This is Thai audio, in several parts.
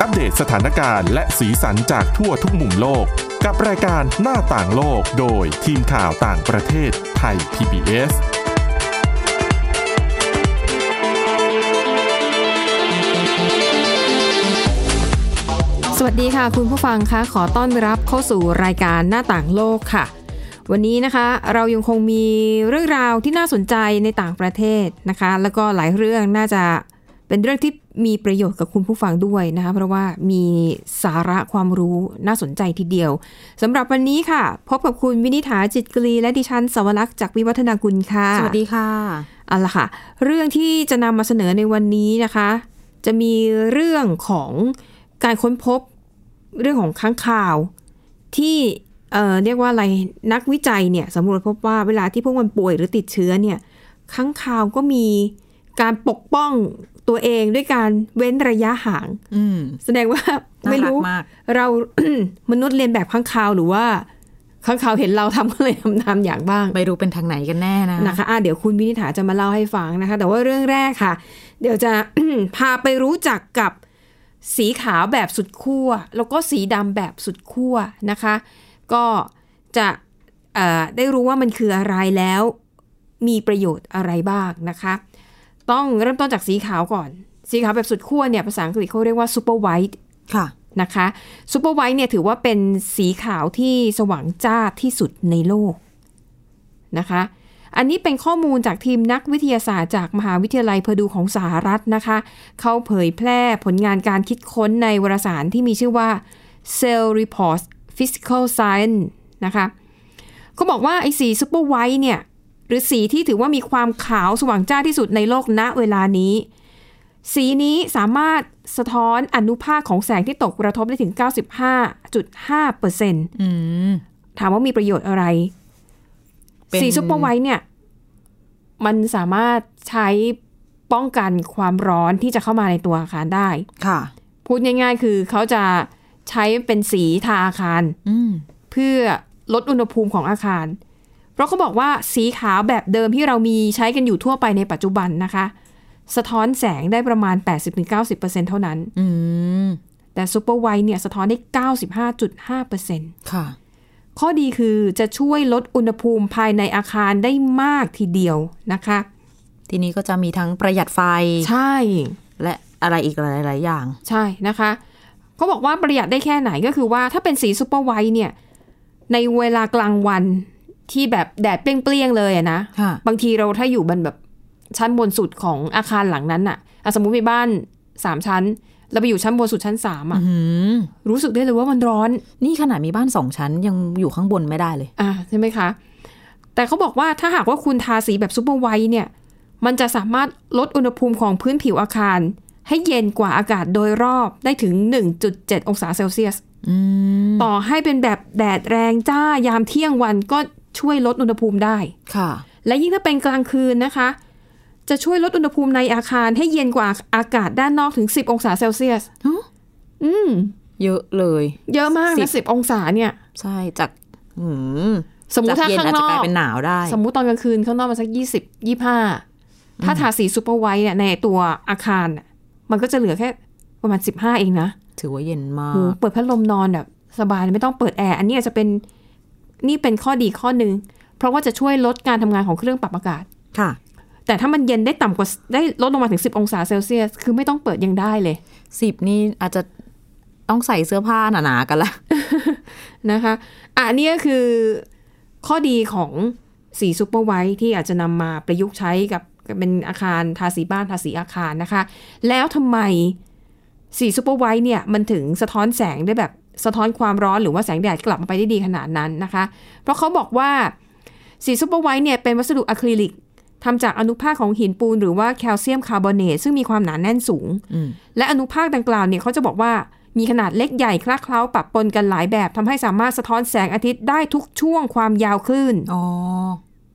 อัปเดตสถานการณ์และสีสันจากทั่วทุกมุมโลก กับรายการหน้าต่างโลกโดยทีมข่าวต่างประเทศไทย PBS สวัสดีค่ะ คุณผู้ฟังคะขอต้อนรับเข้าสู่รายการหน้าต่างโลกค่ะ วันนี้นะคะเรายังคงมีเรื่องราวที่น่าสนใจในต่างประเทศนะคะ แล้วก็หลายเรื่องน่าจะเป็นเรื่องที่มีประโยชน์กับคุณผู้ฟังด้วยนะคะ เพราะว่ามีสาระความรู้น่าสนใจทีเดียวสำหรับวันนี้ค่ะ พบกับคุณวินิษฐาจิตกรีและดิฉันสวรักษ์จากวิวัฒนากุลค่ะ สวัสดีค่ะ เอาละค่ะ เรื่องที่จะนำมาเสนอในวันนี้นะคะ จะมีเรื่องของการค้นพบเรื่องของค้างคาว ที่เอ่อเรียกว่าอะไรนักวิจัยเนี่ยสำรวจพบว่าเวลาที่พวกมันป่วยหรือติดเชื้อเนี่ยค้างคาวก็มีการปกป้องตัวเองด้วยการเว้นระยะห่าง อืม แสดงว่า น่า ไม่ รัก รู้ มาก เรา มนุษย์เรียนแบบค้างคาวหรือว่าค้างคาวเห็นเราทำก็เลยทำตามอย่างบ้าง ไม่รู้เป็นทางไหนกันแน่นะ นะคะอ่ะเดี๋ยวคุณวินิษฐาจะมาเล่าให้ฟังนะคะ แต่ว่าเรื่องแรกค่ะ เดี๋ยวจะ พาไปรู้จักกับสีขาวแบบสุดขั้ว แล้วก็สีดำแบบสุดขั้วนะคะ ก็จะเอ่อได้รู้ว่ามันคืออะไรแล้ว มีประโยชน์อะไรบ้างนะคะ ต้องเริ่มต้นจากสีขาวก่อน สีขาวแบบสุดขั้วเนี่ยภาษาอังกฤษเขาเรียกว่า super white ค่ะ นะคะซูเปอร์ไวท์เนี่ยถือว่าเป็นสีขาวที่สว่างจ้าที่สุดในโลกนะคะ อันนี้เป็นข้อมูลจากทีมนักวิทยาศาสตร์จากมหาวิทยาลัยเพอร์ดูของสหรัฐนะคะ เขาเผยแพร่ผลงานการคิดค้นในวารสารที่มีชื่อว่า Cell Reports Physical Science นะคะ เขาบอกว่าไอ้สีซูเปอร์ไวท์เนี่ย หรือสีที่ถือว่ามีความขาวสว่างจ้าที่สุดในโลกณเวลานี้ สีนี้สามารถสะท้อนอนุภาคของแสงที่ตกกระทบได้ถึง 95.5% อืม ถามว่ามีประโยชน์อะไร เป็น สีซุปเปอร์ไวท์เนี่ย มันสามารถใช้ป้องกันความร้อนที่จะเข้ามาในตัวอาคารได้ ค่ะ พูดง่ายๆ คือเขาจะใช้เป็นสีทาอาคาร อืม เพื่อลดอุณหภูมิของอาคาร เพราะเขาบอกว่าสีขาวแบบเดิมที่เรามีใช้กันอยู่ทั่วไปในปัจจุบันนะคะ สะท้อนแสงได้ประมาณ 80-90%เท่านั้น อืม แต่ซูเปอร์ไวท์เนี่ยสะท้อนได้ 95.5% ค่ะ ข้อดีคือจะช่วยลดอุณหภูมิภายในอาคารได้มากทีเดียวนะคะ ทีนี้ก็จะมีทั้งประหยัดไฟ ใช่ และอะไรอีกหลาย ๆ อย่าง ใช่นะคะเขาบอกว่าประหยัดได้แค่ไหนก็คือว่าถ้าเป็นสีซูเปอร์ไวท์เนี่ย ในเวลากลางวันที่แบบแดดเปรี้ยง ๆ เลยอะนะ ค่ะ บางทีเราถ้าอยู่บนแบบชั้นบนสุดของอาคารหลังนั้นอะอ่ะสมมุติมีบ้านสามชั้น เราไปอยู่ชั้นบนสุดชั้นสามอะ อืม รู้สึกได้เลยว่ามันร้อน นี่ขนาดมีบ้านสองชั้นยังอยู่ข้างบนไม่ได้เลย อ่าใช่ไหมคะ แต่เขาบอกว่าถ้าหากว่าคุณทาสีแบบซูเปอร์ไวท์เนี่ย มันจะสามารถลดอุณหภูมิของพื้นผิวอาคาร ให้เย็นกว่าอากาศโดยรอบได้ถึง 1.7 องศาเซลเซียส อืม ต่อให้เป็นแบบแดดแรงจ้ายามเที่ยงวันก็ช่วยลดอุณหภูมิได้ ค่ะ และยิ่งถ้าเป็นกลางคืนนะคะ จะช่วยลดอุณหภูมิในอาคารให้เย็นกว่าอากาศด้านนอกถึง 10 องศาเซลเซียส ฮะ อืม เยอะเลย เยอะมากนะ10 องศาเนี่ย ใช่จากอืม สมมติจาก ถ้า เย็น ข้าง อาจ น จะ อก ลาย ก เป็นหนาวได้ สมมุติตอนกลางคืนข้างนอกมันสักยี่สิบยี่ห้าถ้าทาสีซูเปอร์ไวท์เนี่ยในตัวอาคารน่ะมันก็จะเหลือแค่ประมาณสิบห้าเองนะ ถือว่าเย็นมา โห ก เปิดพัดลมนอนแบบสบายไม่ต้องเปิดแอร์อันนี้อาจจะเป็นนี่เป็นข้อดีข้อหนึ่งเพราะว่าจะช่วยลดการทำงานของเครื่องปรับอากาศ ค่ะ แต่ถ้ามันเย็นได้ต่ำกว่าได้ลดลงมาถึง 10 องศาเซลเซียส คือไม่ต้องเปิดยังได้เลย สิบนี่อาจจะต้องใส่เสื้อผ้าหนาๆกันละ นะคะอ่ะอันนี้ก็คือข้อดีของสีซูเปอร์ไวท์ที่อาจจะนำมาประยุกต์ใช้กับเป็นอาคารทาสีบ้านทาสีอาคารนะคะ แล้วทำไมสีซูเปอร์ไวท์เนี่ยมันถึงสะท้อนแสงได้แบบสะท้อนความร้อนหรือว่าแสงแดดกลับมาไปได้ดีขนาดนั้นนะคะ เพราะเขาบอกว่าสีซูเปอร์ไวท์เนี่ยเป็นวัสดุอะคริลิกทำจากอนุภาคของหินปูนหรือว่าแคลเซียมคาร์บอเนตซึ่งมีความหนาแน่นสูง อืม และอนุภาคดังกล่าวเนี่ยเขาจะบอกว่ามีขนาดเล็กใหญ่คละเคล้าปะปนกันหลายแบบทำให้สามารถสะท้อนแสงอาทิตย์ได้ทุกช่วงความยาวคลื่น อ๋อ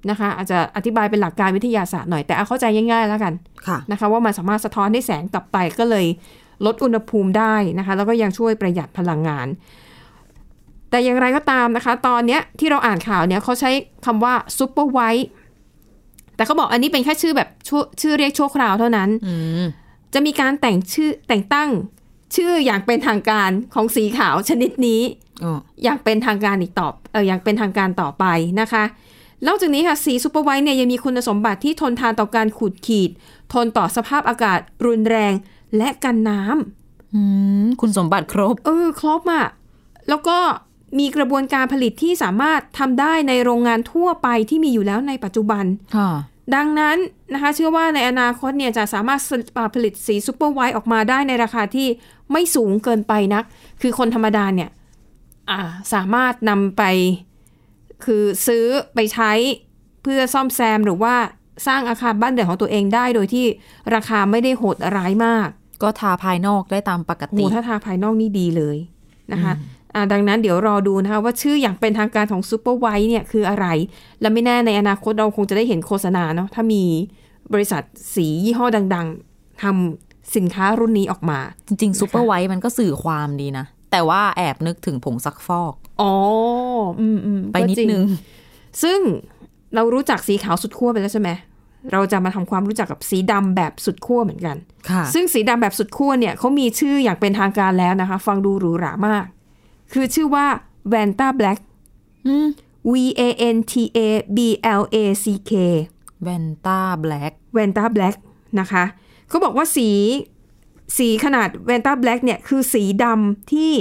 นะคะ อาจจะอธิบายเป็นหลักการวิทยาศาสตร์หน่อยแต่เอาเข้าใจง่ายๆแล้วกัน ค่ะ นะคะ ว่ามันสามารถสะท้อนได้แสงกลับไปก็เลยลดอุณหภูมิได้นะคะ แล้วก็ยังช่วยประหยัดพลังงาน แต่อย่างไรก็ตามนะคะ ตอนเนี้ยที่เราอ่านข่าวเนี่ยเขาใช้คำว่าซูเปอร์ไวท์แต่เขาบอกอันนี้เป็นแค่ชื่อแบบชั่วชื่อเรียกชั่วคราวเท่านั้น อืม จะมีการแต่งชื่อแต่งตั้ง ชื่ออย่างเป็นทางการของสีขาวชนิดนี้ อ๋อ อย่างเป็นทางการอีกต่อเอออย่างเป็นทางการต่อไปนะคะนอกจากนี้ค่ะสีซูเปอร์ไวท์เนี่ยยังมีคุณสมบัติที่ทนทานต่อการขูดขีด ทนต่อสภาพอากาศรุนแรงและกันน้ำ อืมคุณสมบัติครบ เออครบอ่ะแล้วก็มีกระบวนการผลิตที่สามารถทำได้ในโรงงานทั่วไปที่มีอยู่แล้วในปัจจุบัน ค่ะ ดังนั้นนะคะเชื่อว่าในอนาคตเนี่ยจะสามารถสอ่าผลิตสีซูเปอร์ไวท์ออกมาได้ในราคาที่ไม่สูงเกินไปนัก คือคนธรรมดาเนี่ยอ่าสามารถนำไปคือซื้อไปใช้เพื่อซ่อมแซมหรือว่าสร้างอาคารบ้านเรือนของตัวเองได้ โดยที่ราคาไม่ได้โหดร้ายมาก ก็ทาภายนอกได้ตามปก โอ้โห ติ ท่าทางภายนอกนี่ดีเลยนะคะอ่าดังนั้นเดี๋ยวรอดูนะคะว่าชื่ออย่างเป็นทางการของซูเปอร์ไวท์เนี่ยคืออะไร และไม่แน่ในอนาคตเราคงจะได้เห็นโฆษณาเนาะถ้ามีบริษัทสียี่ห้อดังๆทำสินค้ารุ่นนี้ออกมา จริงๆซูเปอร์ไวท์มันก็สื่อความดีนะ แต่ว่าแอบนึกถึงผงซักฟอก อ๋อ อืมอืม ไปนิด ก็จริ นึง ซึ่งเรารู้จักสีขาวสุดขั้วไปแล้วใช่ไหม เราจะมาทำความรู้จักกับสีดำแบบสุดขั้วเหมือนกัน ค่ะ ซึ่งสีดำแบบสุดขั้วเนี่ยเขามีชื่ออย่างเป็นทางการแล้วนะคะ ฟังดูหรูหรามาก คือชื่อว่า Vanta Black อืม V A N T A B L A C K แวนต้าแบล็ก Vanta Black นะคะเขาบอกว่าสีสีขนาด Vanta Black เนี่ยคือสีดำที่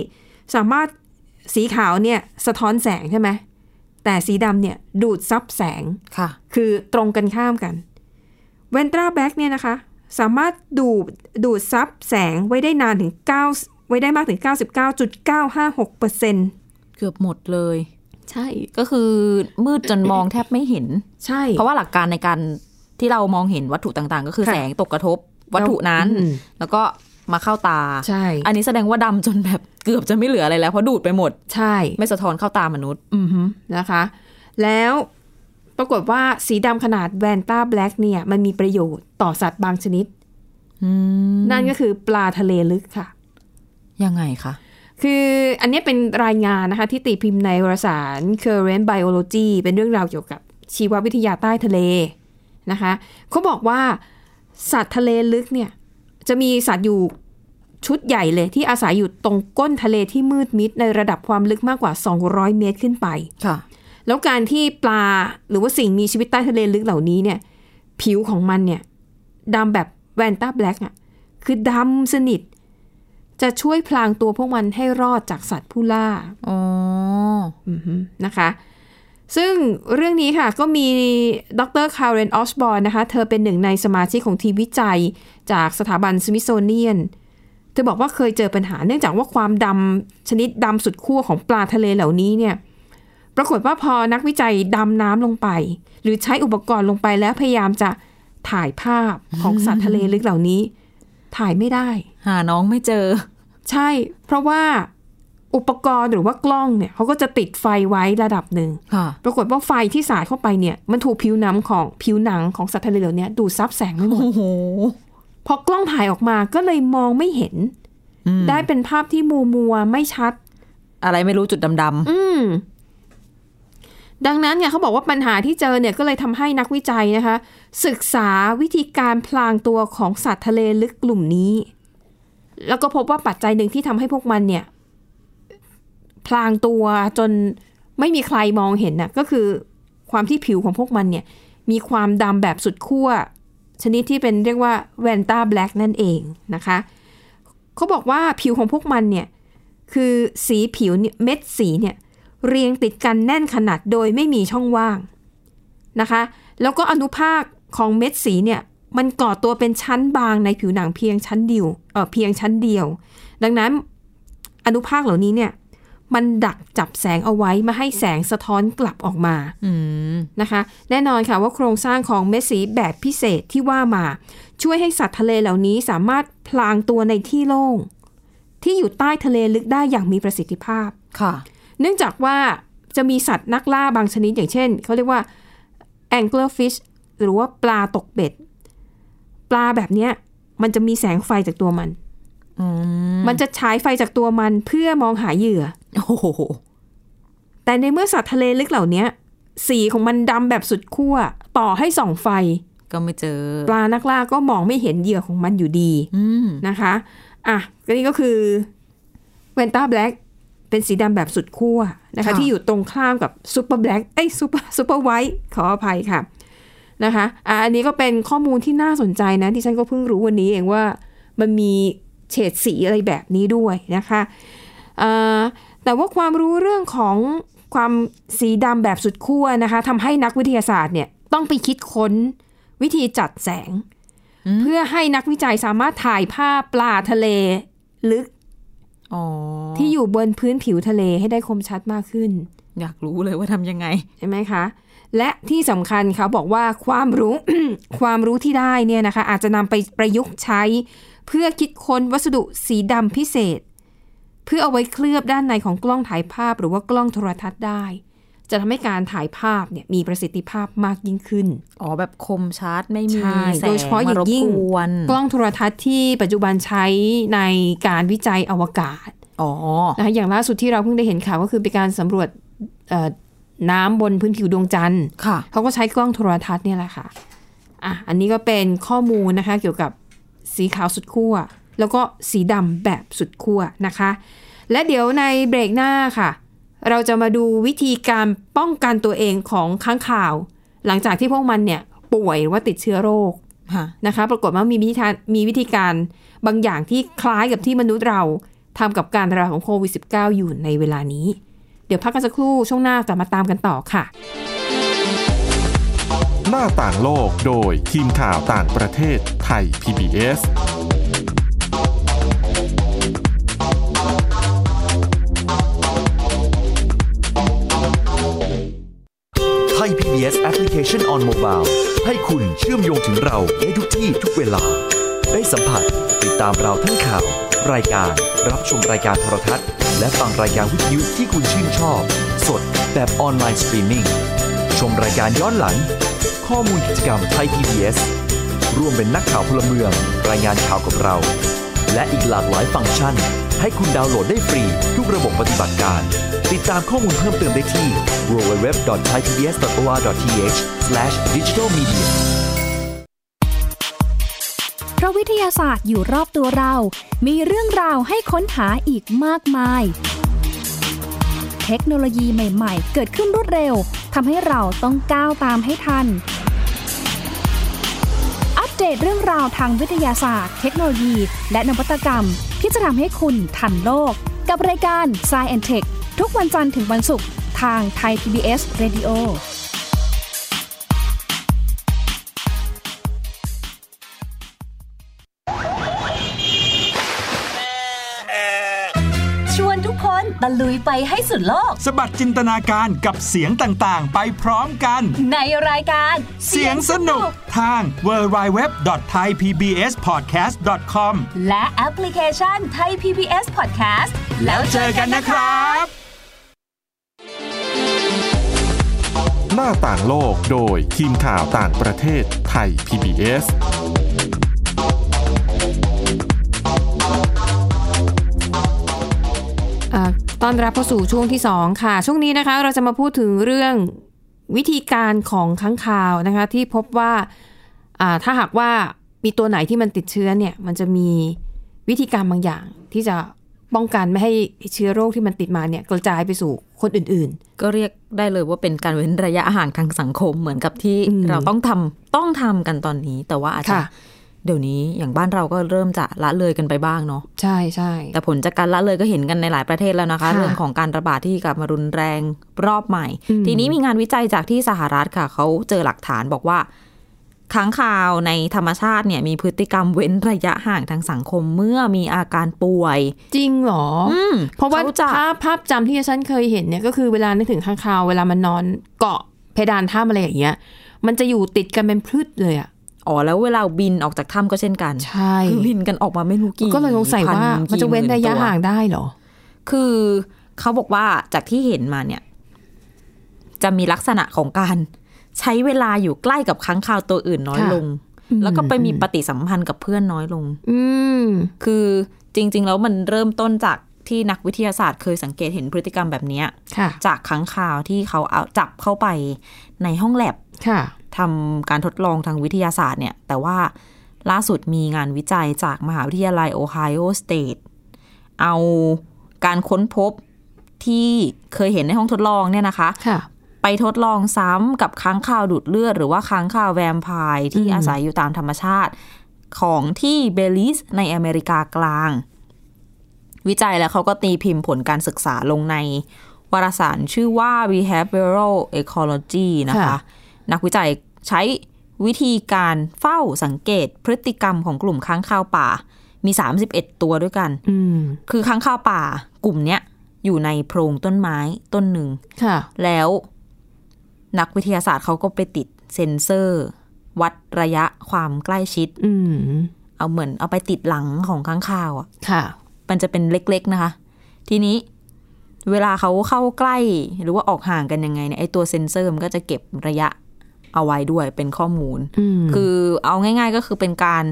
สามารถสีขาวเนี่ยสะท้อนแสงใช่ไหม แต่สีดำเนี่ยดูดซับแสง ค่ะ คือตรงกันข้ามกันเวนตราแบ็กเนี่ยนะคะ สามารถดูดดูดซับแสงไว้ได้นานถึง 9 ไว้ได้มากถึง 99.956% เกือบหมดเลย ใช่ ก็คือมืดจนมองแทบไม่เห็น ใช่ เพราะว่าหลักการในการที่เรามองเห็นวัตถุต่างๆ ก็คือ ค่ะ แสงตกกระทบวัตถุนั้น อืม แล้วก็มาเข้าตา ใช่ อันนี้แสดงว่าดำจนแบบเกือบจะไม่เหลืออะไรแล้วเพราะดูดไปหมด ใช่ ไม่สะท้อนเข้าตามนุษย์ อือฮึนะคะ แล้วปรากฏว่าสีดำขนาดแวนตราแบล็กเนี่ยมันมีประโยชน์ต่อสัตว์บางชนิด อืม นั่นก็คือปลาทะเลลึกค่ะ ยังไงคะ คืออันเนี้ยเป็นรายงานนะคะที่ตีพิมพ์ในวารสาร Current Biology เป็นเรื่องราวเกี่ยวกับชีววิทยาใต้ทะเลนะคะเขาบอกว่าสัตว์ทะเลลึกเนี่ยจะมีสัตว์อยู่ชุดใหญ่เลยที่อาศัยอยู่ตรงก้นทะเลที่มืดมิดในระดับความลึกมากกว่า 200 เมตรขึ้นไป ค่ะ แล้วการที่ปลาหรือว่าสิ่งมีชีวิตใต้ทะเลลึกเหล่านี้เนี่ยผิวของมันเนี่ยดำแบบแวนต้าแบล็กอ่ะคือดำสนิท จะช่วยพลางตัวพวกมันให้รอดจากสัตว์ผู้ล่า อ๋อ อือฮึนะคะ ซึ่งเรื่องนี้ค่ะก็มีดรคาร์เรนออสบอร์นะคะ เธอเป็นหนึ่งในสมาชิกของทีมวิจัยจากสถาบันสมิโซเนียน เธอบอกว่าเคยเจอปัญหาเนื่องจากว่าความดำชนิดดำสุดขั้วของปลาทะเลเหล่านี้เนี่ย ปรากฏว่าพอนักวิจัยดำน้ำลงไป หรือใช้อุปกรณ์ลงไปแล้วพยายามจะถ่ายภาพของสัตว์ทะเลลึกเหล่านี้ ถ่ายไม่ได้ หาน้องไม่เจอ ใช่ เพราะว่าอุปกรณ์หรือว่ากล้องเนี่ยเขาก็จะติดไฟไว้ระดับหนึ่ง ค่ะ ปรากฏว่าไฟที่สาดเข้าไปเนี่ย มันถูกผิวหนังของผิวหนังของสัตว์ทะเลเหล่านี้ดูดซับแสงไม่หมด โอ้โห พอกล้องถ่ายออกมาก็เลยมองไม่เห็น อืม ได้เป็นภาพที่มัวมัวๆไม่ชัด อะไรไม่รู้จุดดำ อืม ดังนั้นเนี่ยเขาบอกว่าปัญหาที่เจอเนี่ยก็เลยทำให้นักวิจัยนะคะ ศึกษาวิธีการพลางตัวของสัตว์ทะเลลึกกลุ่มนี้ แล้วก็พบว่าปัจจัยหนึ่งที่ทำให้พวกมันเนี่ย พลางตัวจนไม่มีใครมองเห็นน่ะก็คือความที่ผิวของพวกมันเนี่ย มีความดำแบบสุดขั้วชนิดที่เป็นเรียกว่าแวนต้าแบล็กนั่นเองนะคะเขาบอกว่าผิวของพวกมันเนี่ย คือสีผิวเนี่ยเม็ดสีเนี่ยเรียงติดกันแน่นขนาดโดยไม่มีช่องว่างนะคะ แล้วก็อนุภาคของเม็ดสีเนี่ยมันก่อตัวเป็นชั้นบางในผิวหนังเพียงชั้นเดียวเออเพียงชั้นเดียว ดังนั้นอนุภาคเหล่านี้เนี่ยมันดักจับแสงเอาไว้ไมาให้แสงสะท้อนกลับออกมา ๆอืม นะคะแน่นอนค่ะว่าโครงสร้างของเม็ดสีแบบพิเศษที่ว่ามา ช่วยให้สัตว์ทะเลเหล่านี้สามารถพลางตัวในที่โล่ง ที่อยู่ใต้ทะเลลึกได้อย่างมีประสิทธิภาพ ค่ะ เนื่องจากว่าจะมีสัตว์นักล่าบางชนิดอย่างเช่น เขาเรียกว่า anglerfish หรือว่าปลาตกเบ็ด ปลาแบบเนี้ยมันจะมีแสงไฟจากตัวมัน อืม มันจะฉายไฟจากตัวมันเพื่อมองหาเหยื่อ โอ้โห แต่ในเมื่อสัตว์ทะเลลึกเหล่าเนี้ยสีของมันดำแบบสุดขั้วต่อให้ส่องไฟ ก็ไม่เจอ ปลานักล่าก็มองไม่เห็นเหยื่อของมันอยู่ดี อืม นะคะ อ่ะก็นี่ก็คือแวนต้าแบล็กเป็นสีดำแบบสุดขั้วนะคะ ค่ะ ที่อยู่ตรงข้ามกับซูเปอร์แบล็กเอ้ยซู เปอร์ซูเปอร์ไวท์ขออภัยค่ะนะคะอ่ะอันนี้ก็เป็นข้อมูลที่น่าสนใจนะที่ฉันก็เพิ่งรู้วันนี้เองว่ามันมีเฉดสีอะไรแบบนี้ด้วยนะคะอ่าแต่ว่าความรู้เรื่องของความสีดำแบบสุดขั้วนะคะทำให้นักวิทยาศาสตร์เนี่ยต้องไปคิดค้นวิธีจัดแสง เพื่อให้นักวิจัยสามารถถ่ายภาพปลาทะเล ลึก อ๋อ ที่อยู่บนพื้นผิวทะเลให้ได้คมชัดมากขึ้น อยากรู้เลยว่าทำยังไง ใช่ไหมคะ และที่สำคัญเขาบอกว่าความรู้ ความรู้ที่ได้เนี่ยนะคะ อาจจะนำไปประยุกต์ใช้ เพื่อคิดค้นวัสดุสีดำพิเศษ เพื่อเอาไว้เคลือบด้านในของกล้องถ่ายภาพ หรือว่ากล้องโทรทัศน์ได้ จะทำให้การถ่ายภาพเนี่ยมีประสิทธิภาพมากยิ่งขึ้น อ๋อแบบคมชัดไม่มี ใช่ แสง โดยเฉพาะอย่างยิ่ง มรบกวน กล้องโทรทัศน์ที่ปัจจุบันใช้ในการวิจัยอวกาศ อ๋อ นะคะอย่างล่าสุดที่เราเพิ่งได้เห็นข่าวก็คือเป็นการสำรวจเอ่อน้ำบนพื้นผิวดวงจันทร์ ค่ะ เขาก็ใช้กล้องโทรทัศน์เนี่ยแหละค่ะอ่ะ อันนี้ก็เป็นข้อมูลนะคะเกี่ยวกับสีขาวสุดขั้วแล้วก็สีดำแบบสุดขั้วนะคะ และเดี๋ยวในเบรกหน้าค่ะ เราจะมาดูวิธีการป้องกันตัวเองของค้างข่าว หลังจากที่พวกมันเนี่ยป่วยหรือว่าติดเชื้อโรค ค่ะ นะคะปรากฏว่ามีวิธีการมีวิธีการบางอย่างที่คล้ายกับที่มนุษย์เราทำกับการระบาดของโควิด -19 อยู่ในเวลานี้ เดี๋ยวพักกันสักครู่ช่วงหน้ากลับมาตามกันต่อค่ะ หน้าต่างโลกโดยทีมข่าวต่างประเทศไทย PBS ไทย PBS Application on Mobile ให้คุณเชื่อมโยงถึงเราได้ทุกที่ทุกเวลา ได้สัมผัสติดตามเราทั้งข่าว รายการ รับชมรายการโทรทัศน์ และฟังรายการวิทยุที่คุณชื่นชอบ สดแบบออนไลน์สตรีมมิ่งชมรายการย้อนหลัง ข้อมูลกิจกรรมไทย PBS ร่วมเป็นนักข่าวพลเมือง รายงานข่าวกับเรา และอีกหลากหลายฟังก์ชัน ให้คุณดาวน์โหลดได้ฟรี ทุกระบบปฏิบัติการ ติดตามข้อมูลเพิ่มเติมได้ที่ www.thaipbs.or.th/digitalmedia เพราะวิทยาศาสตร์อยู่รอบตัวเรา มีเรื่องราวให้ค้นหาอีกมากมาย เทคโนโลยีใหม่ๆ เกิดขึ้นรวดเร็ว ทำให้เราต้องก้าวตามให้ทัน อัปเดตเรื่องราวทางวิทยาศาสตร์ เทคโนโลยี และนวัตกรรม ที่จะทำให้คุณทันโลก กับรายการ s c i e n t e c h ทุกวันจันทร์ถึงวันศุกร์ทางไทย PBS Radio ชวนทุกคนตะลุยไปให้สุดโลก สบัดจินตนาการกับเสียงต่างๆ ไปพร้อมกัน ในรายการ เสียงสนุกทาง www.thaipbspodcast.com และแอปพลิเคชันไทย PBS Podcast แล้วเจอกันนะครับ หน้าต่างโลกโดยทีมข่าวต่างประเทศไทย PBS เอ่อต้อนรับเข้าสู่ช่วงที่ 2 ค่ะ ช่วงนี้นะคะเราจะมาพูดถึงเรื่องวิธีการของค้างคาวนะคะที่พบว่าอ่าถ้าหากว่ามีตัวไหนที่มันติดเชื้อเนี่ยมันจะมีวิธีการบางอย่าง ที่จะป้องกันไม่ให้เชื้อโรคที่มันติดมาเนี่ยกระจายไปสู่คนอื่น ก็เรียกได้เลยว่าเป็นการเว้นระยะห่างทางสังคมเหมือนกับที่ อืม เราต้องทำต้องทำกันตอนนี้ แต่ว่าอาจ ๆ จะเดี๋ยวนี้อย่างบ้านเราก็เริ่มจะละเลยกันไปบ้างเนาะ ใช่ใช่ แต่ผลจากการละเลยก็เห็นกันในหลายประเทศแล้วนะคะ ค่ะ เรื่องของการระบาดที่กลับมารุนแรงรอบใหม่ อืม ทีนี้มีงานวิจัยจากที่สหรัฐค่ะ เขาเจอหลักฐานบอกว่าค้างคาวในธรรมชาติเนี่ยมีพฤติกรรมเว้นระยะห่างทางสังคมเมื่อมีอาการป่วย จริงเหรออ อืม เพราะว่า ขจะ ภาพภาพจำที่ฉันเคยเห็นเนี่ยก็คือเวลานึกถึงข้างคาว เวลามันนอนเกาะเพดานถ้ำอะไรอย่างเงี้ยมันจะอยู่ติดกันเป็นพืชเลยอ่ะ อ๋อแล้วเวลาบินออกจากถ้ำก็เช่นกัน ใช่ คือบินกันออกมาไม่รู้กี่ ก็เลยสงสัย พั ว่ามันจะเว้นระยะ กี่มื่ตั ห่างได้เหรอ คือเขาบอกว่าจากที่เห็นมาเนี่ย จะมีลักษณะของการใช้เวลาอยู่ใกล้กับค้างคาวตัวอื่นน้อย ค่ะ ลง อืม แล้วก็ไปมีปฏิสัมพันธ์กับเพื่อนน้อยลง อืม คือจริง ๆ แล้วมันเริ่มต้นจากที่นักวิทยาศาสตร์เคยสังเกตเห็นพฤติกรรมแบบเนี้ย ค่ะ จากค้างคาวที่เขาเอาจับเข้าไปในห้องแลบ ค่ะ ทำการทดลองทางวิทยาศาสตร์เนี่ย แต่ว่า ล่าสุดมีงานวิจัยจากมหาวิทยาลัยโอไฮโอสเตทเอาการค้นพบที่เคยเห็นในห้องทดลองเนี่ยนะคะ ค่ะ ไปทดลองซ้ำกับค้างคาวดูดเลือด หรือว่าค้างคาวแวมไพร์ที่ อืม อาศัยอยู่ตามธรรมชาติของที่เบลิสในอเมริกากลาง วิจัยแล้วเขาก็ตีพิมพ์ผลการศึกษาลงในวารสารชื่อว่า behavioral ecology นะคะ นักวิจัยใช้วิธีการเฝ้าสังเกตพฤติกรรมของกลุ่มค้างคาวป่า มี 31 ตัวด้วยกัน อืม คือค้างคาวป่ากลุ่มเนี้ยอยู่ในโพรงต้นไม้ต้นหนึ่ง ค่ะ แล้วนักวิทยาศาสตร์เขาก็ไปติดเซ็นเซอร์ วัดระยะความใกล้ชิด อืม เอาเหมือนเอาไปติดหลังของข้างข่าวอ่ะ ค่ะ มันจะเป็นเล็กๆนะคะ ทีนี้เวลาเขาเข้าใกล้หรือว่าออกห่างกันยังไงเนี่ยไอตัวเซ็นเซอร์มันก็จะเก็บระยะเอาไว้ด้วยเป็นข้อมูล อืม คือเอาง่าย ๆ ก็คือเป็นการ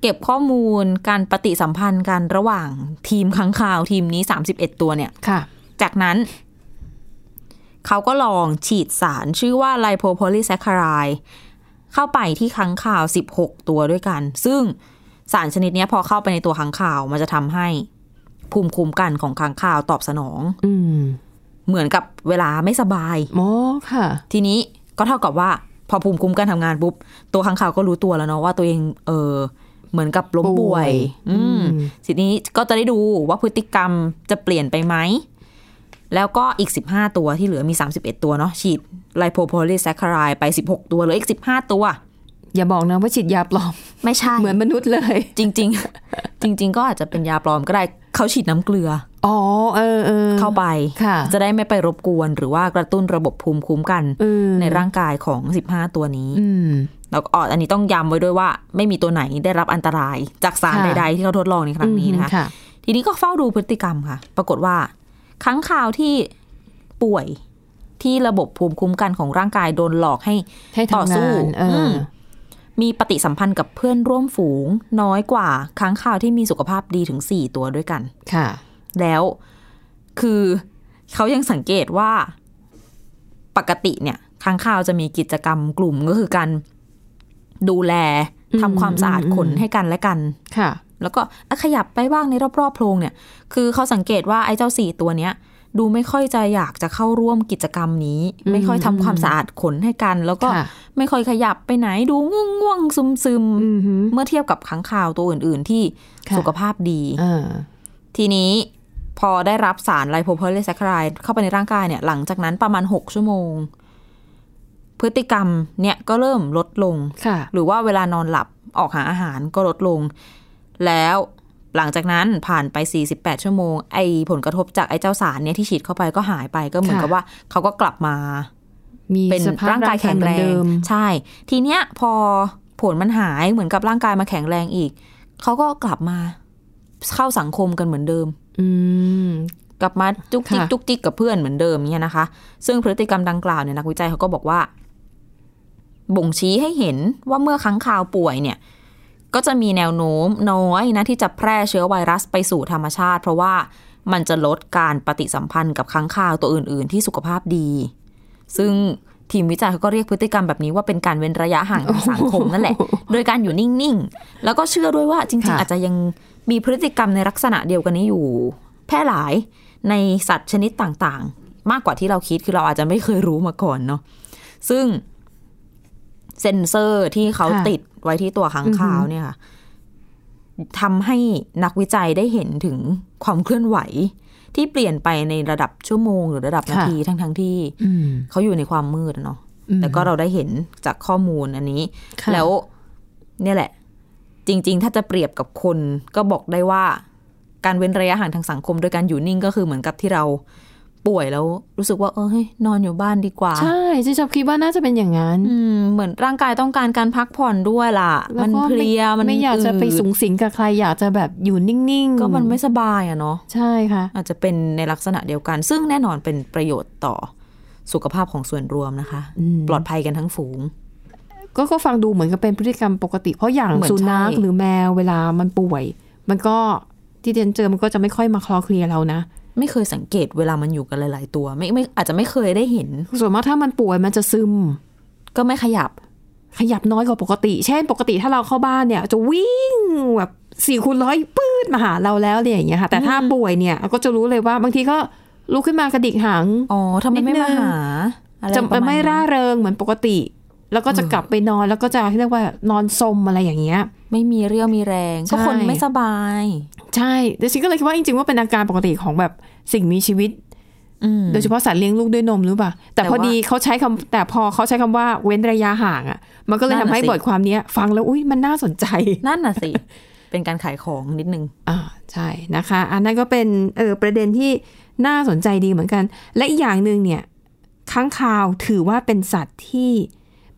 เก็บข้อมูลการปฏิสัมพันธ์กันระหว่างทีมข้างข่าวทีมนี้ 31 ตัวเนี่ย ค่ะ จากนั้น เขาก็ลองฉีดสารชื่อว่าไลโพโพลีแซคคารายเข้าไปที่ค้างข่าว 16 ตัวด้วยกัน ซึ่งสารชนิดเนี้ยพอเข้าไปในตัวค้างข่าวมันจะทำให้ภูมิคุ้มกันของค้างข่าวตอบสนอง อืม เหมือนกับเวลาไม่สบาย หมอค่ะ ทีนี้ก็เท่ากับว่า พอภูมิคุ้มกันทำงานปุ๊บ ตัวค้างข่าวก็รู้ตัวแล้วเนาะว่าตัวเองเออเหมือนกับล้มป่วย อืม ทีนี้ก็จะได้ดูว่าพฤติกรรมจะเปลี่ยนไปไหม แล้วก็อีก 15 ตัวที่เหลือมี 31 ตัวเนาะฉีดไลโพโพลีแซคคารายไป 16 ตัวเหลืออีก 15 ตัว อย่าบอกนะว่าฉีดยาปลอม ไม่ใช่ เหมือนมนุษย์เลย จริง ๆ จริง ๆ ก็อาจจะเป็นยาปลอมก็ได้เขาฉีดน้ำเกลือ อ๋อ เออเออ เข้าไป ค่ะ จะได้ไม่ไปรบกวน หรือว่ากระตุ้นระบบภูมิคุ้มกัน เออ ในร่างกายของ 15 ตัวนี้ อืม แล้วก็อ๋ออันนี้ต้องย้ำไว้ด้วยว่า ไม่มีตัวไหนได้รับอันตราย จากสาร ค่ะ ใด ๆ ที่เขาทดลองในครั้งนี้นะคะ ค่ะ ทีนี้ก็เฝ้าดูพฤติกรรมค่ะ ปรากฏว่าค้างคาวที่ป่วยที่ระบบภูมิคุ้มกันของร่างกายโดนหลอกให้ ให้ ต่อ ทำ สู้ งานเออ ม มีปฏิสัมพันธ์กับเพื่อนร่วมฝูง น้อยกว่าค้างคาวที่มีสุขภาพดีถึง 4 ตัวด้วยกัน ค่ะ แล้วคือเขายังสังเกตว่าปกติเนี่ยค้างคาวจะมีกิจกรรมกลุ่มก็คือการดูแล อืม ทำความสะอาด อืม ขนให้กันและกัน ค่ะ แล้วก็อ่ะขยับไปบ้างในรอบๆโพรงเนี่ย คือเขาสังเกตว่าไอ้เจ้าสี่ตัวเนี้ย ดูไม่ค่อยจะอยากจะเข้าร่วมกิจกรรมนี้ อืม ไม่ค่อยทำความสะอาดขนให้กัน แล้วก็ ค่ะ ไม่ค่อยขยับไปไหนดูง่วงง่วงๆซึมซึมๆ อืมฮึ เมื่อเทียบกับขังข่าวตัวอื่น ๆ ที่ ค่ะ สุขภาพดี อ่า ทีนี้พอได้รับสารไลโพโพลีแซคคารายเข้าไปในร่างกายเนี่ย หลังจากนั้นประมาณ 6 ชั่วโมง พฤติกรรมเนี่ยก็เริ่มลดลง ค่ะ หรือว่าเวลานอนหลับออกหาอาหารก็ลดลง แล้วหลังจากนั้นผ่านไป 48 ชั่วโมง ไอผลกระทบจากไอเจ้าสารเนี่ยที่ฉีดเข้าไปก็หายไปก็เหมือนกับ ค่ะ ว่าเขาก็กลับมา มี เป็น สภาพ ร่างกายแข็งแร เหมือน ง เดิม ใช่ ทีเนี้ยพอผลมันหายเหมือนกับร่างกายมาแข็งแรงอีก เขาก็กลับมาเข้าสังคมกันเหมือนเดิม อืม กลับมาจุกจิก ค่ะ จุกจิกกับเพื่อนเหมือนเดิมเนี่ยนะคะ ซึ่งพฤติกรรมดังกล่าวเนี่ยนักวิจัยเขาก็บอกว่า บ่งชี้ให้เห็นว่าเมื่อค้างคาวป่วยเนี่ย ก็จะมีแนวโน้มน้อยนะที่จะแพร่เชื้อไวรัสไปสู่ธรรมชาติ เพราะว่ามันจะลดการปฏิสัมพันธ์กับค้างคาวตัวอื่น ๆ ที่สุขภาพดี ซึ่งทีมวิจัยเขาก็เรียกพฤติกรรมแบบนี้ว่าเป็นการเว้นระยะห่างทางสังคมนั่นแหละ โดยการอยู่นิ่ง ๆ แล้วก็เชื่อด้วยว่าจริงค่ะๆอาจจะยังมีพฤติกรรมในลักษณะเดียวกันนี้อยู่ แพร่หลายในสัตว์ชนิดต่างๆ มากกว่าที่เราคิดคือเราอาจจะไม่เคยรู้มาก่อนเนาะซึ่งเซ็นเซอร์ที่เขา ค่ะ ติดไว้ที่ตัวค้างคาวเนี่ยค่ะทำให้นักวิจัยได้เห็นถึงความเคลื่อนไหว ที่เปลี่ยนไปในระดับชั่วโมงหรือระดับนา ค่ะ ทีทั้งๆที่ อืม เขาอยู่ในความมืดอะเนาะ อืม แต่ก็เราได้เห็นจากข้อมูลอันนี้ ค่ะ แล้วเนี่ยแหละ จริง ๆ ถ้าจะเปรียบกับคนก็บอกได้ว่า การเว้นระยะห่างทางสังคม โดยการอยู่นิ่งก็คือเหมือนกับที่เราป่วยแล้ว รู้สึกว่าเออเฮ้ยนอนอยู่บ้านดีกว่า ใช่ฉันชอบคิดว่าน่าจะเป็นอย่างนั้น อืมเหมือนร่างกายต้องการการพักผ่อนด้วยล่ะ แล้ว มัน ก็ เพ ไ ลียมัน ไม่อยากจะไปสูงสิงกับใครอยากจะแบบอยู่นิ่ง อืด ๆ ก็มันไม่สบายอะเนาะ ใช่ค่ะ อาจจะเป็นในลักษณะเดียวกัน ซึ่งแน่นอนเป็นประโยชน์ต่อสุขภาพของส่วนรวมนะคะ อืม ปลอดภัยกันทั้งฝูง ก็ก็ฟังดูเหมือนกับเป็นพฤติกรรมปกติ เพราะอย่าง เหมือน สุนัข ใช่ หรือแมวเวลามันป่วย มันก็ที่เดนเจอมันก็จะไม่ค่อยมาคลอเคลียร์เรานะ ไม่เคยสังเกตเวลามันอยู่กันหลาย ๆ ตัว ไม่ไม่อาจจะไม่เคยได้เห็น ส่วนมากถ้ามันป่วยมันจะซึม ก็ไม่ขยับ ขยับน้อยกว่าปกติ เช่น ปกติถ้าเราเข้าบ้านเนี่ย จะวิ่งแบบสี่คูณร้อยปื้ดมาหาเราแล้วเนี่ยอย่างเงี้ยค่ะ แต่ถ้าป่วยเนี่ยเราก็จะรู้เลยว่าบางทีก็ลุกขึ้นมากระดิกหาง อ๋อทำไมไม่ นิดนึ มาง หาอร จะ ปาณ ไม่ นั้น ร่าเริงเหมือนปกติ แล้วก็จะ เออ กลับไปนอนแล้วก็จะเรียกว่านอนสมอะไรอย่างเงี้ย ไม่มีเรี่ยวมีแรง ก็ ใช่ คนไม่สบาย ใช่ดิฉันก็เลยคิดว่าจริงๆว่าเป็นอาการปกติของแบบสิ่งมีชีวิต อืม โดยเฉพาะสัตว์เลี้ยงลูกด้วยนมรู้ป่ะแต่ แต่ พอดีเขาใช้คำแต่พอเขาใช้คำว่าเว้นระยะห่างอ่ะ มันก็เลยทำนั่นน่ะ ให้ สิ บทความเนี้ย ฟังแล้วอุ้ยมันน่าสนใจ นั่นน่ะสิ เป็นการขายของนิดนึง อ่าใช่นะคะ อันนั้นก็เป็นเออประเด็นที่น่าสนใจดีเหมือนกัน และอีกอย่างหนึ่งเนี่ยค้างคาวถือว่าเป็นสัตว์ที่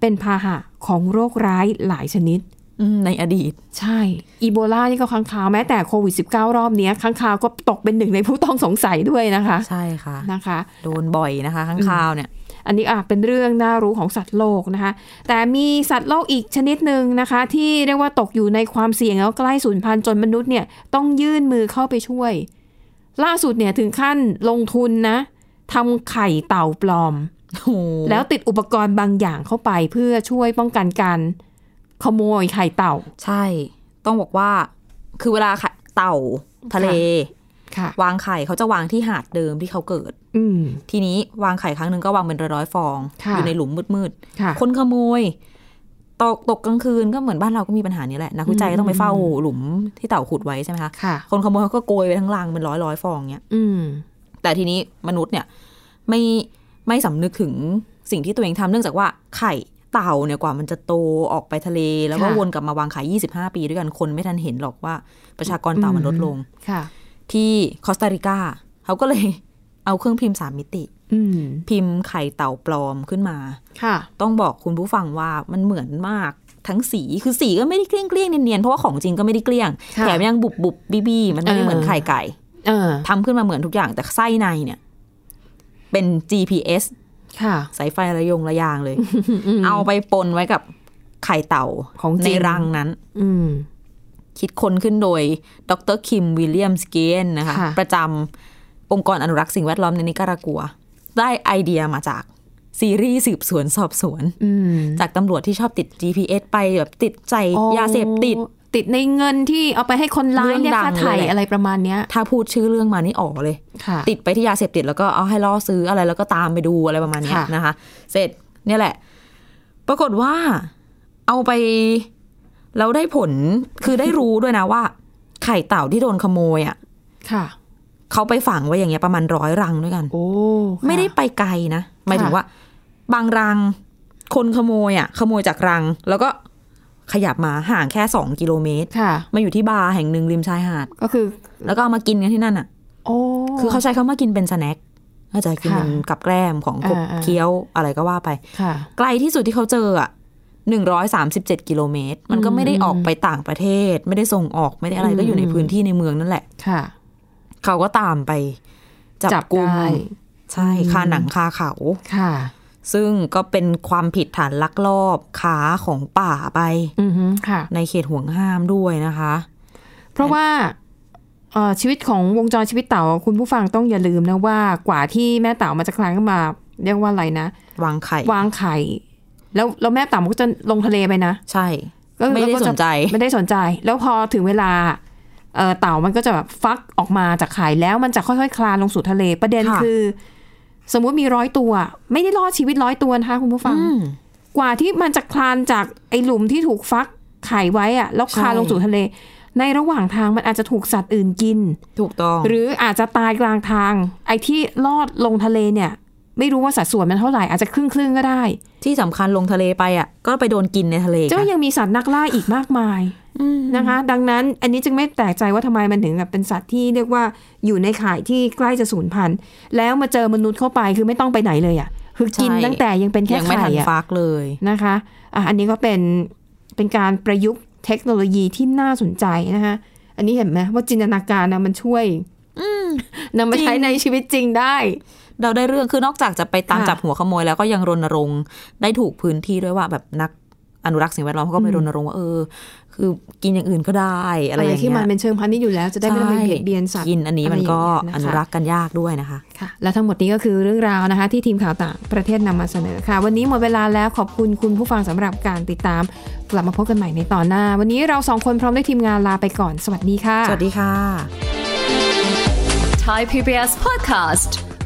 เป็นพาหะของโรคร้ายหลายชนิด อืมในอดีต ใช่อีโบลานี่ก็ค้างคาวแม้แต่โควิด -19 รอบเนี้ยค้างคาวก็ตกเป็นหนึ่งในผู้ต้องสงสัยด้วยนะคะ ใช่ค่ะ นะคะ โดนบ่อยนะคะข้างคาวเนี่ย อันนี้อ่ะเป็นเรื่องน่ารู้ของสัตว์โลกนะคะ แต่มีสัตว์โลกอีกชนิดหนึ่งนะคะ ที่เรียกว่าตกอยู่ในความเสี่ยงแล้วใกล้สูญพันธุ์จนมนุษย์เนี่ยต้องยื่นมือเข้าไปช่วย ล่าสุดเนี่ยถึงขั้นลงทุนนะทำไข่เต่าปลอม โอ้โห แล้วติดอุปกรณ์บางอย่างเข้าไปเพื่อช่วยป้องกันการขโมยไข่เต่า ใช่ ต้องบอกว่า คือเวลาค่ะเต่าทะเล ค่ะ วางไข่เขาจะวางที่หาดเดิมที่เขาเกิด อืม ทีนี้วางไข่ครั้งหนึ่งก็วางเป็นร้อยๆฟอง ค่ะ อยู่ในหลุมมืด ค่ะ ๆ คนขโมย ตกตกกลางคืนก็เหมือนบ้านเราก็มีปัญหานี้แหละ นักวิจัยก็ต้องไปเฝ้าหลุมที่เต่าขุดไว้ใช่ไหมคะ ค่ะ คนขโมยเขาก็โกยไปทั้งรังเป็นร้อยร้อยๆฟองเนี้ย อืม แต่ทีนี้มนุษย์เนี่ยไม่ไม่สำนึกถึงสิ่งที่ตัวเองทำเนื่องจากว่าไข่เต่าเนี่ยกว่ามันจะโตออกไปทะเล แล้วก็ ค่ะ วนกลับมาวางไข่25 ปีด้วยกันคนไม่ทันเห็นหรอกว่าประชากรเต่ามันลดลง ค่ะ ที่คอสตาริกาเขาก็เลยเอาเครื่องพิมพ์สามมิติ อืม พิมพ์ไข่เต่าปลอมขึ้นมา ค่ะ ต้องบอกคุณผู้ฟังว่ามันเหมือนมากทั้งสีคือสีก็ไม่ได้เกลี้ยงเกลี้ยงๆเนียนๆเพราะว่าของจริงก็ไม่ได้เกลี้ยง ค่ะ แถมยังบุบบุบบีบีมันไม่ได้เหมือน เออ ไข่ไก่ เออ ทำขึ้นมาเหมือนทุกอย่างแต่ไส้ในเนี่ย เป็น GPS ค่ะ สายไฟระยงระยางเลย เอาไปปนไว้กับไข่เต่า ของจ ใน ริง รังนั้น อืม คิดคนขึ้นโดย ดรคิมวิลเลียมสเกนนะคะ ค่ะ ประจำองค์กรอนุรักษ์สิ่งแวดล้อมในนิการากัว ได้ไอเดียมาจาก ซีรีส์สืบสวนสอบสวน อืม จากตำรวจที่ชอบติด GPS ไปแบบติดใจ อ๋อย าเสพติด ติดในเงินที่เอาไปให้คนร้าย เรื่อง เนี่ย ดัง ค่าไถ่ เลยแหละ อะไรประมาณเนี้ย ถ้าพูดชื่อเรื่องมานี่ออกเลย ค่ะ ติดไปที่ยาเสพติดแล้วก็เอาให้ล่อซื้ออะไรแล้วก็ตามไปดูอะไรประมาณเนี้ย ค่ะ นะคะ เสร็จเนี่ยแหละ ปรากฏว่าเอาไปแล้วได้ผลคือได้รู้ด้วยนะว่า ไข่เต่าที่โดนขโมยอ่ะ ค่ะ เขาไปฝังไว้อย่างเงี้ยประมาณร้อยรังด้วยกัน โอ้ค่ะ ไม่ได้ไปไกลนะหมายถึง ค่ะ ว่า บางรังคนขโมยอ่ะ ขโมยจากรัง แล้วก็ขยับมาห่างแค่สองกิโลเมตร ค่ะ มาอยู่ที่บาร์แห่งหนึ่งริมชายหาด ก็คือ แล้วก็เอามากินกันที่นั่นอ่ะ โอ้ คือเขาใช้คำว่ากินเป็นสแน็คเข้าใจกินเป็นกับแกล้มของขบ อ่าอ่า เคี้ยวอะไรก็ว่าไป ค่ะ ไกลที่สุดที่เขาเจออ่ะหนึ่งร้อยสามสิบเจ็ดกิโลเมตร มันก็ไม่ได้ออกไปต่างประเทศ ไม่ได้ส่งออกไม่ได้อะไรก็อยู่ในพื้นที่ในเมืองนั่นแหละ ค่ะ เขาก็ตามไปจับกุม ได้ ใช่คาหนังคาเขา ค่ะ ซึ่งก็เป็นความผิดฐานลักลอบค้าของป่าไป อือฮึค่ะ ในเขตห่วงห้ามด้วยนะคะ เพราะว่าเอ่อชีวิตของวงจรชีวิตเต่าคุณผู้ฟังต้องอย่าลืมนะว่ากว่าที่แม่เต่ามันจะคลานขึ้นมา เรียกว่าอะไรนะ วางไข่ วางไข่ แล้วแล้วแม่เต่ามันก็จะลงทะเลไปนะ ใช่ ก็คือ ไม่ได้ เราก็ะ สนใจ ไม่ได้สนใจ แล้วพอถึงเวลาเอ่อเต่ามันก็จะแบบฟักออกมาจากไข่แล้วมันจะค่อยๆ คลานลงสู่ทะเลประเด็น ค่ะ คือ สมมุติมีร้อยตัว ไม่ได้รอดชีวิตร้อยตัวนะคะคุณผู้ฟัง อืม กว่าที่มันจะคลานจากไอ้หลุมที่ถูกฟักไข่ไว้อะแล้วคลาน ใช่ ลงสู่ทะเล ในระหว่างทางมันอาจจะถูกสัตว์อื่นกิน ถูกต้อง หรืออาจจะตายกลางทาง ไอ้ที่รอดลงทะเลเนี่ย ไม่รู้ว่าสัดส่วนมันเท่าไหร่อาจจะครึ่งครึ่งๆก็ได้ ที่สำคัญลงทะเลไปอ่ะ ก็ไปโดนกินในทะเลอีก จะ นะ ยังมีสัตว์นักล่าอีกมากมาย อืม นะคะ ดังนั้นอันนี้จึงไม่แปลกใจว่าทำไมมันถึงแบบเป็นสัตว์ที่เรียกว่าอยู่ในข่ายที่ใกล้จะสูญพันธุ์ แล้วมาเจอมนุษย์เข้าไปคือไม่ต้องไปไหนเลยอะ่ะคือกิน ใช่ ตั้งแต่ยังเป็นแค่ ยังไม่ ไข่ ทัน อะ ฟักเลย นะคะอ่ะอันนี้ก็เป็นเป็นการประยุกต์เทคโนโลยีที่น่าสนใจนะคะอันนี้เห็นไหมว่าจินตนาการนะมันช่วยนำมาใช้ในชีวิตจริงได้ เราได้เรื่องคือนอกจากจะไปตาม ค่ะ จับหัวขโมยแล้วก็ยังรณรงค์ได้ถูกพื้นที่ด้วยว่าแบบนัก อนุรักษ์สิ่งแวดล้อมเขาก็ไปรณรงค์ว่าเออ คือกินอย่างอื่นก็ได้ อะ อะไรอย่างเงี้ย ที่มันเป็นเชิงพาณิชย์อยู่แล้วจะได้ไม่ต้องไปเบียดเบียนสัตว์ กินอันนี้มันก็ ะไร อย่าง เงี้ยะคะ นุรักษ์กันยากด้วยนะคะ ค่ะและทั้งหมดนี้ก็คือเรื่องราวนะคะ ที่ทีมข่าวต่างประเทศนำมาเสนอค่ะ วันนี้หมดเวลาแล้วขอบคุณคุณผู้ฟังสำหรับการติดตาม กลับมาพบกันใหม่ในตอนหน้า วันนี้เราสองคนพร้อมด้วยทีมงานลาไปก่อนสวัสดีค่ะ สวัสดีค่ะ Thai PBS podcast.